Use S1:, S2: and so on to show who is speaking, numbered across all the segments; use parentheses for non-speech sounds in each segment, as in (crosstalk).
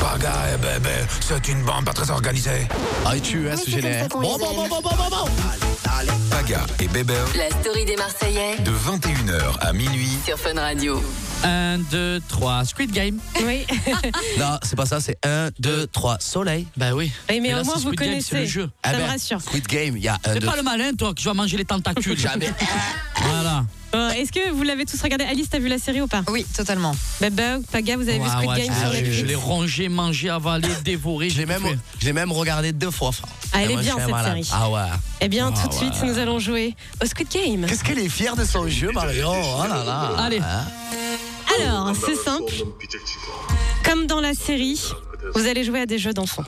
S1: Gaga, bébé, c'est une bande pas très organisée.
S2: Ah, et tu, hein,
S3: Oui,
S2: ce
S3: c'est comme
S2: génère.
S3: ça qu'on
S2: Bon,
S3: les
S2: bon,
S3: aime.
S2: bon, bon, bon, bon, bon.
S1: Gaga et bébé,
S3: La story des Marseillais
S1: de 21h à minuit.
S3: sur Fun Radio.
S4: 1, 2, 3, Squid Game.
S5: (laughs) Oui,
S2: Non, c'est pas ça, c'est 1, 2, 3, soleil.
S4: Bah oui.
S5: mais,
S4: là,
S5: au moins
S4: c'est
S5: vous
S4: Squid Game,
S5: connaissez.
S4: C'est le jeu.
S2: Ah
S5: Ça me
S2: ben,
S5: rassure.
S2: Squid Game, il y a 1,
S4: C'est
S2: 2,
S4: pas le malin, toi, que tu vas manger les
S2: (laughs)
S4: tentacules.
S2: Jamais.
S4: Voilà.
S5: Euh, Est-ce que vous l'avez tous regardé Alice, t'as vu la série ou pas
S6: Oui, totalement.
S5: Baba, Paga, vous avez vu
S4: Ouais,
S5: Squid
S4: ouais,
S5: Game
S4: je-
S5: sur
S4: je-
S5: Netflix
S4: Je l'ai rongé, mangé,
S2: (laughs)
S4: avalé, dévoré.
S2: Je l'ai
S4: j'ai tout
S2: même,
S4: fait.
S2: je l'ai même regardé deux fois. frère.
S5: Ah, elle est
S2: Moi,
S5: bien,
S2: je suis un
S5: cette
S2: malade.
S5: série.
S2: Ah ouais.
S5: Eh bien,
S2: Ah
S5: tout de suite,
S2: ouais.
S5: nous allons jouer au Squid Game.
S2: Qu'est-ce qu'elle est fière de son jeu, Marion Oh là là
S4: Allez.
S2: Hein
S5: Alors, c'est simple. Comme dans la série, vous allez jouer à des jeux d'enfants.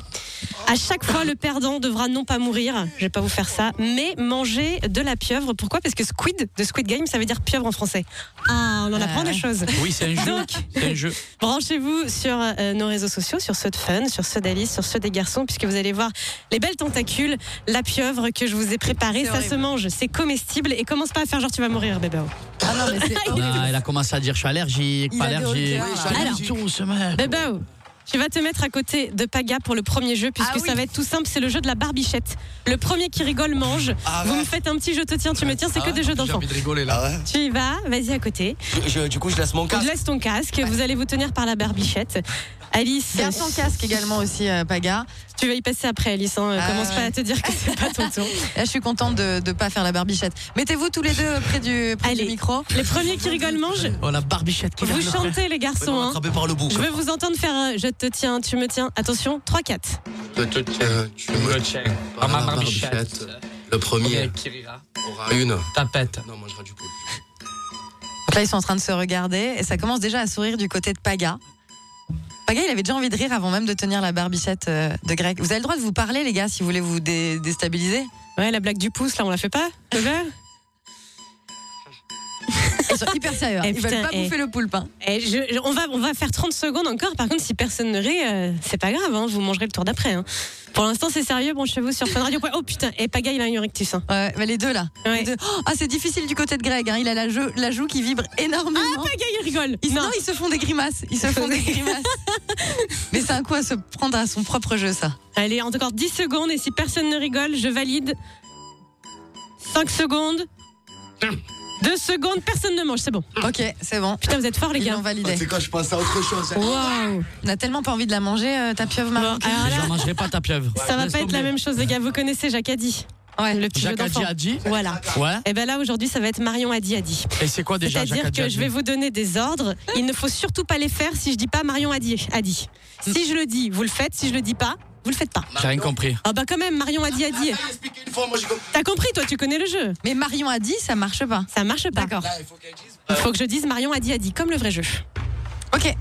S5: À chaque fois, le perdant devra non pas mourir, je vais pas vous faire ça, mais manger de la pieuvre. Pourquoi Parce que squid de Squid Game, ça veut dire pieuvre en français. Ah, on en apprend
S4: (laughs)
S5: des choses.
S4: Oui, c'est un jeu.
S5: Donc,
S4: C'est un
S5: (laughs)
S4: jeu.
S5: Branchez-vous sur euh, nos réseaux sociaux, sur ceux de Fun, sur ceux d'Alice, sur ceux des garçons, puisque vous allez voir les belles tentacules, la pieuvre que je vous ai préparée. Ça se mange, c'est comestible et commence pas à faire genre tu vas mourir, bébé.
S6: Ah non, mais
S5: (laughs)
S6: c'est horrible.
S4: Non, elle a commencé à dire je suis allergique,
S6: Il
S4: pas
S6: a des
S4: allergique.
S6: hauteurs, Oui, je suis
S4: Alors,
S2: allergique.
S4: tout ce mec.
S5: Bébé, tu vas te mettre à côté de Paga pour le premier jeu, puisque
S6: Ah oui.
S5: ça va être tout simple, c'est le jeu de la barbichette. Le premier qui rigole mange.
S6: Ah
S2: Arrête.
S5: Vous me faites un petit je te tiens, tu me tiens, c'est que des jeux d'enfants.
S4: Ah, de rigoler
S2: Ah ouais
S5: Tu y vas, vas-y à côté.
S2: Je- Du coup, je laisse mon
S5: Tu
S2: casque.
S5: laisses ton casque, vous allez vous tenir par la barbichette. Alice,
S6: Garde ton casque également aussi, euh, Paga.
S5: Tu vas y passer après, Alice. hein.
S6: Ah
S5: Commence
S6: ouais.
S5: pas à te dire que c'est pas ton (laughs) tour.
S6: Là, je suis contente de ne pas faire la barbichette. Mettez-vous tous les deux près du, près du
S5: Allez.
S6: micro.
S5: Les premiers qui rigolent mangent.
S4: Oh la barbichette qui
S5: Vous
S4: lève le-
S5: chantez, les
S2: Je vais
S5: garçons.
S2: me
S5: hein.
S2: rattraper par le bout.
S5: Je veux vous entendre faire un je te tiens, tu me tiens. Attention, 3-4.
S7: Je te tiens, tu me tiens. À ma barbichette,
S8: Le
S7: premier
S8: premier
S7: qui rira
S8: aura une.
S7: tapette.
S8: Non, on mangera du poulet.
S6: Donc là, ils sont en train de se regarder et ça commence déjà à sourire du côté de Paga. Paga, il avait déjà envie de rire avant même de tenir la barbichette euh, de Greg. Vous avez le droit de vous parler, les gars, si vous voulez vous dé- déstabiliser.
S5: Ouais, la blague du pouce, là, on la fait pas le gars
S6: Ils sont hyper sérieux. hein.
S5: Eh,
S6: Ils veulent
S5: putain,
S6: pas
S5: eh.
S6: bouffer le poulpe. hein.
S5: (laughs) Eh, je- je- on, va, on va faire 30 secondes encore. Par contre, si personne ne rit, euh, c'est pas grave. hein, Vous mangerez le tour d'après. hein. Pour l'instant, c'est sérieux. Branchez-vous (laughs) sur Fun Radio. Oh putain, et Paga, il a un rectus. hein.
S6: Ouais, mais les deux là.
S5: Ouais.
S6: Les deux. Oh, ah, c'est difficile du côté de Greg. hein. Il a la, jeu- la joue qui vibre énormément.
S5: Paga, il rigole.
S6: Ils,
S5: Ah, non,
S6: non, ils se font des grimaces. Ils se
S5: (laughs)
S6: font des grimaces. Mais c'est un coup à se prendre à son propre jeu, ça.
S5: Allez, encore 10 secondes. Et si personne ne rigole, je valide. 5 secondes. 2 secondes. Personne ne mange. C'est bon.
S6: Ok, c'est bon.
S5: Putain, vous êtes forts, les
S6: Ils
S5: gars.
S6: l'ont validé.
S8: quoi, je pense à autre chose.
S5: Waouh
S6: On a tellement pas envie de la manger, euh, ta pieuvre
S5: Bon,
S6: maman.
S5: alors
S4: Mais
S5: là,
S4: Je mangerai pas ta pieuvre.
S5: ça va pas être la même chose, les gars. Vous connaissez Jacques Addy
S6: Ah, Ouais.
S5: le petit jeu
S4: Jacques Adji
S5: d'enfant.
S4: Adji.
S5: Voilà.
S4: Ouais.
S5: Et ben là, aujourd'hui, ça va être Marion Addy Addy.
S4: Et c'est quoi déjà Jacques
S5: C'est-à-dire
S4: Adji
S5: que je
S4: Adji
S5: vais vous donner des ordres. Il ne faut surtout pas les faire si je dis pas Marion Addy. Addy. Si je le dis, vous le faites. Si je le dis pas, vous le faites pas.
S4: J'ai rien
S5: (laughs)
S4: compris.
S5: Ah bah quand même, Marion Addy Addy.
S8: expliqué une fois, moi j'ai compris.
S5: T'as compris, toi, tu connais le jeu.
S6: Mais Marion a dit, ça marche pas.
S5: Ça marche pas.
S6: D'accord.
S8: il faut qu'elle dise.
S5: Il faut que je dise Marion Addy Addy, comme le vrai jeu.
S6: Ok.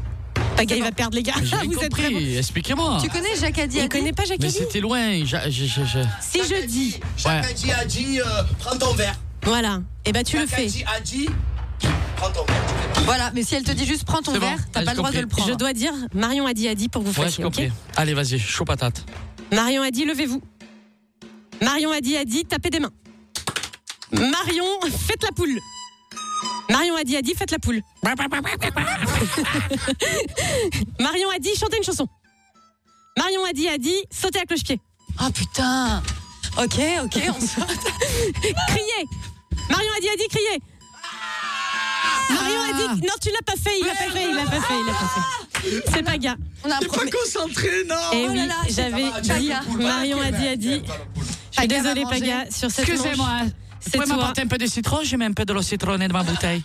S5: Paga, il va perdre, les gars.
S4: J'ai rien
S5: (laughs) Vous êtes très bons.
S4: compris. Expliquez-moi.
S6: Tu connais Jacques a dit.
S5: Ah, Il connaît pas Jacques
S4: Mais
S5: Addy
S4: c'était loin. J'a- j'ai- j'ai- j'ai-
S5: Si je dis,
S4: Ouais.
S8: Adji a dit, euh, prends ton verre.
S5: voilà, et ben tu le
S8: Jacques
S5: fais.
S8: Adji a dit, prends ton verre.
S6: Voilà, mais si elle te dit juste prends ton
S4: C'est bon.
S6: verre, t'as
S4: Ah, j'ai
S6: pas le droit de
S4: compris.
S6: le prendre.
S5: Je dois dire Marion a dit a dit pour que vous
S4: Ouais, j'ai
S5: fassiez, ok
S4: compris. Allez, vas-y, chaud patate.
S5: Marion a dit levez-vous. Marion a dit a dit tapez des mains. Marion faites la poule. Marion a dit a dit faites la poule. (laughs) Marion a dit chantez une chanson. Marion a dit a dit sautez à cloche-pied.
S6: Ah putain. Ok, ok, on se.
S5: Criez. Marion a dit a dit criez.
S6: Ah
S5: Marion a dit non tu l'as pas fait il l'a pas fait il l'a pas fait il l'a pas fait. C'est pas gars.
S6: On a un
S8: Pas
S6: problème.
S8: concentré, non
S5: Eh
S6: Oh
S5: oui
S6: là là, c'est
S5: j'avais
S8: pas grave,
S5: dit
S6: Paga.
S5: Marion a dit a dit. Je suis
S6: Paga va
S5: désolée
S6: manger.
S5: Paga sur cette
S4: Excusez-moi.
S5: manche.
S4: hein. Vous
S5: C'est
S4: pouvez
S5: toi.
S4: m'apporter un peu de citron J'ai mis un peu de l'eau citronnée dans ma
S5: (laughs)
S4: bouteille.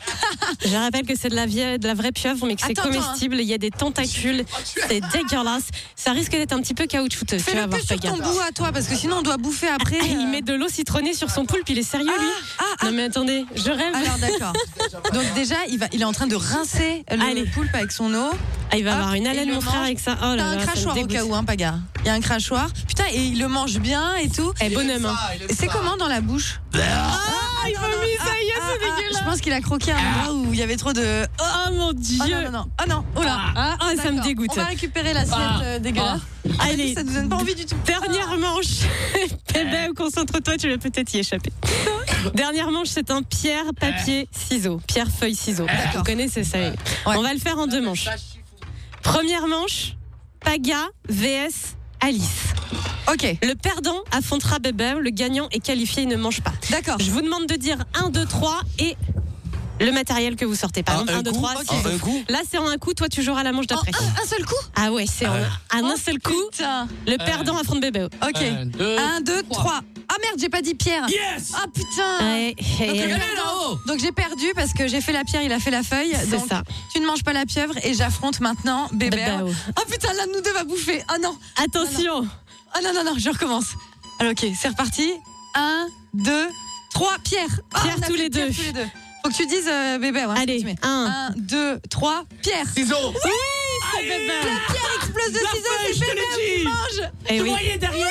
S5: Je rappelle que c'est de la, vieille, de la vraie pieuvre, mais que c'est
S6: Attends, attends,
S5: comestible. Il y a des tentacules. C'est dégueulasse. Ça risque d'être un petit peu caoutchouteux. Tu vas
S6: Fais-le
S5: voir,
S6: plus sur ton
S5: Paga.
S6: bout à toi, parce que sinon on doit bouffer après.
S5: Ah, il
S6: euh.
S5: met de l'eau citronnée sur son poulpe. Il est sérieux, lui
S6: ah,
S5: Non, mais attendez, je rêve.
S6: Alors d'accord.
S4: (laughs)
S6: Donc déjà, il, va, il est en train de rincer le
S5: Allez.
S6: poulpe avec son eau.
S5: Ah, il va
S6: hop,
S5: avoir une
S6: il
S5: haleine,
S6: le
S5: mon frère,
S6: mange.
S5: avec ça. Oh là
S6: T'as un
S5: là, ça me
S6: crachoir au
S5: dégoûte.
S6: cas où, hein, Paga. Il y a un crachoir. Putain, et il le mange bien et tout.
S5: Eh, bonhomme, hein.
S6: C'est comment dans la bouche
S5: Ah, il vomit, ça y est,
S6: Ah,
S5: c'est
S6: ah, Je
S5: dégueulasse.
S6: pense qu'il a croqué un endroit où il y avait trop de. Oh,
S5: Oh mon
S6: oh non,
S5: dieu.
S6: non, non. Oh non, oh là.
S5: Ah, ah, ça me
S6: D'accord.
S5: dégoûte. Ah.
S6: On va récupérer l'assiette euh, dégueulasse.
S5: Allez,
S6: Ça nous donne pas envie du tout. Ah.
S5: Dernière manche. (laughs) Bébé, concentre-toi, tu vas peut-être y échapper. Dernière manche, c'est un pierre,
S6: Ah.
S5: papier, ciseaux. Pierre,
S6: Ah,
S5: feuille, ciseaux. Vous connaissez ça. oui. On va le faire en deux manches. Première manche, Paga vs Alice.
S6: Ah. Ok,
S5: Le perdant affrontera Bébé, le gagnant est qualifié, il ne mange pas.
S6: d'accord. Oh,
S5: Je vous demande de dire 1, 2, 3 et le matériel que vous sortez. Par
S2: En
S5: exemple,
S2: un
S5: 1, 2,
S2: coup,
S5: 3.
S2: ok. En un coup
S5: Là, c'est en un coup, toi, tu joueras à la manche
S6: En
S5: d'après.
S6: un, un seul coup
S5: Ah ouais, c'est en en un seul coup.
S6: Putain.
S5: Le perdant affronte Bébé.
S6: Ok.
S4: Un, deux,
S6: 1, 2,
S4: trois.
S6: 3. Ah merde, j'ai pas dit Pierre.
S5: (laughs)
S4: Yes
S6: Ah putain.
S5: Ouais,
S6: Donc,
S5: et-
S6: le
S4: Regardez
S6: perdant-
S4: là-haut.
S6: Donc j'ai perdu parce que j'ai fait la pierre, il a fait la feuille.
S5: C'est
S6: Donc
S5: ça.
S6: tu ne manges pas la pieuvre et j'affronte maintenant bébé.
S5: Bébé.
S6: Oh putain, l'un de nous deux va bouffer. Oh non,
S5: Attention
S6: oh non, non, non, je recommence. Alors ok, c'est reparti. 1, 2, 3, pierre. Oh,
S5: Pierre
S6: on a
S5: tous
S6: fait
S5: les
S6: Pierre
S5: deux.
S6: tous les deux. Faut que tu dises euh, bébé. hein, c'est ce que
S5: Allez,
S6: tu mets.
S5: 1.
S6: 1, 2, 3, pierre.
S8: Ciseaux.
S6: Pierre explose de ciseaux, c'est bébé, on mange.
S5: Et
S4: Je
S5: Eh oui.
S4: voyais derrière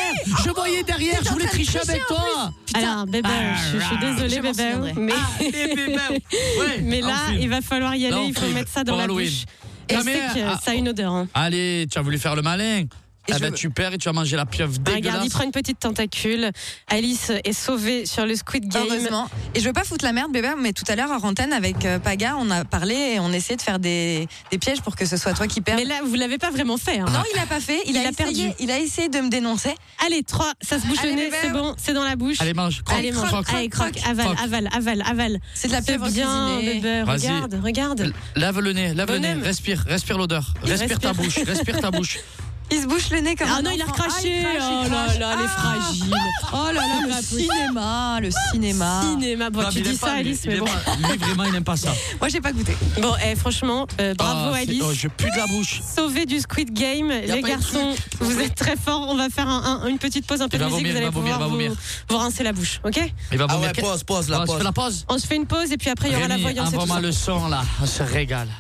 S4: Je voyais derrière, je
S6: en
S4: voulais
S6: train de
S4: tricher
S6: tricher
S4: avec
S6: en
S4: toi
S5: Alors, bébé, je, je suis désolée,
S6: Je m'en
S5: bébé,
S6: souviendrai. Ah.
S5: mais,
S4: Ouais,
S5: (laughs) mais là,
S4: un film.
S5: il va falloir y aller,
S4: Non,
S5: il faut
S4: film.
S5: mettre ça dans
S4: Pour
S5: la
S4: Halloween.
S5: bouche. Et
S4: Ah,
S5: je sais
S4: mais,
S5: que
S4: ah,
S5: ça a une odeur. hein.
S4: Allez, tu as voulu faire le malin Eh
S6: je
S4: ben,
S6: veux-
S4: tu perds et tu as mangé la pieuvre
S5: Regarde, il
S4: ah, dégueulasse.
S5: prend une petite tentacule. Alice est sauvée sur le Squid Game.
S6: Heureusement. Et je veux pas foutre la merde, bébé, mais tout à l'heure, en antenne, avec euh, Paga, on a parlé et on essayait de faire des, des pièges pour que ce soit toi qui perds.
S5: Mais là, vous l'avez pas vraiment fait. hein.
S6: Non, il a pas fait. Il,
S5: Il
S6: a,
S5: a
S6: essayé,
S5: perdu.
S6: Il a essayé de me dénoncer.
S5: Allez, 3, ça se bouche le
S6: Allez,
S5: nez,
S6: bébé.
S5: c'est bon, c'est dans la bouche.
S4: Allez, mange. Croque,
S5: Allez, mange.
S4: croque,
S5: Allez, croque,
S4: croque,
S5: avale,
S4: croque.
S5: avale, avale, avale.
S6: C'est de la
S5: C'est
S6: pieuvre
S5: bien,
S6: cuisinée.
S5: bébé.
S4: Vas-y.
S5: Regarde, regarde.
S4: Lave le nez, lave le
S5: Bonhomme.
S4: nez, respire, respire l'odeur,
S5: Il
S4: respire ta
S5: respire.
S4: bouche, respire ta bouche.
S6: Il se bouche le nez comme
S5: Ah
S6: un
S5: non, il a
S6: enfant.
S5: recraché.
S6: Ah, il crache,
S5: Oh
S6: il
S5: là
S6: crache.
S5: là, elle est
S6: Ah.
S5: fragile.
S6: Oh là là, le cinéma, le cinéma.
S5: Cinéma. (laughs) Bon,
S4: Non,
S5: tu
S4: mais il
S5: dis
S4: aime
S5: ça,
S4: pas, lui.
S5: Alice,
S4: Il
S5: mais
S4: aime
S5: bon.
S4: pas. Lui, vraiment, il n'aime pas ça.
S6: Moi, j'ai pas goûté.
S5: Bon, eh, franchement, euh, (laughs) bravo
S4: Ah, c'est-
S5: Alice.
S4: oh, je pue de la bouche.
S5: Sauvé du Squid Game, les
S4: pas eu de
S5: garçons, vous êtes très forts. On va faire un- un- une petite pause, un peu
S4: Il
S5: de
S4: va
S5: musique.
S4: vomir, il
S5: vous allez
S4: va vomir,
S5: pouvoir
S4: il va
S5: vous,
S4: vomir.
S5: vous rincer la bouche, ok
S4: Il va
S2: Ah
S4: vomir.
S2: ouais, pause, pause, la
S4: Ah, tu
S2: pause.
S4: fais la pause
S5: On se fait une pause et puis après il y aura la
S4: Rémi,
S5: voyance et tout
S4: envoie-moi
S5: ça.
S4: le son là, on se régale.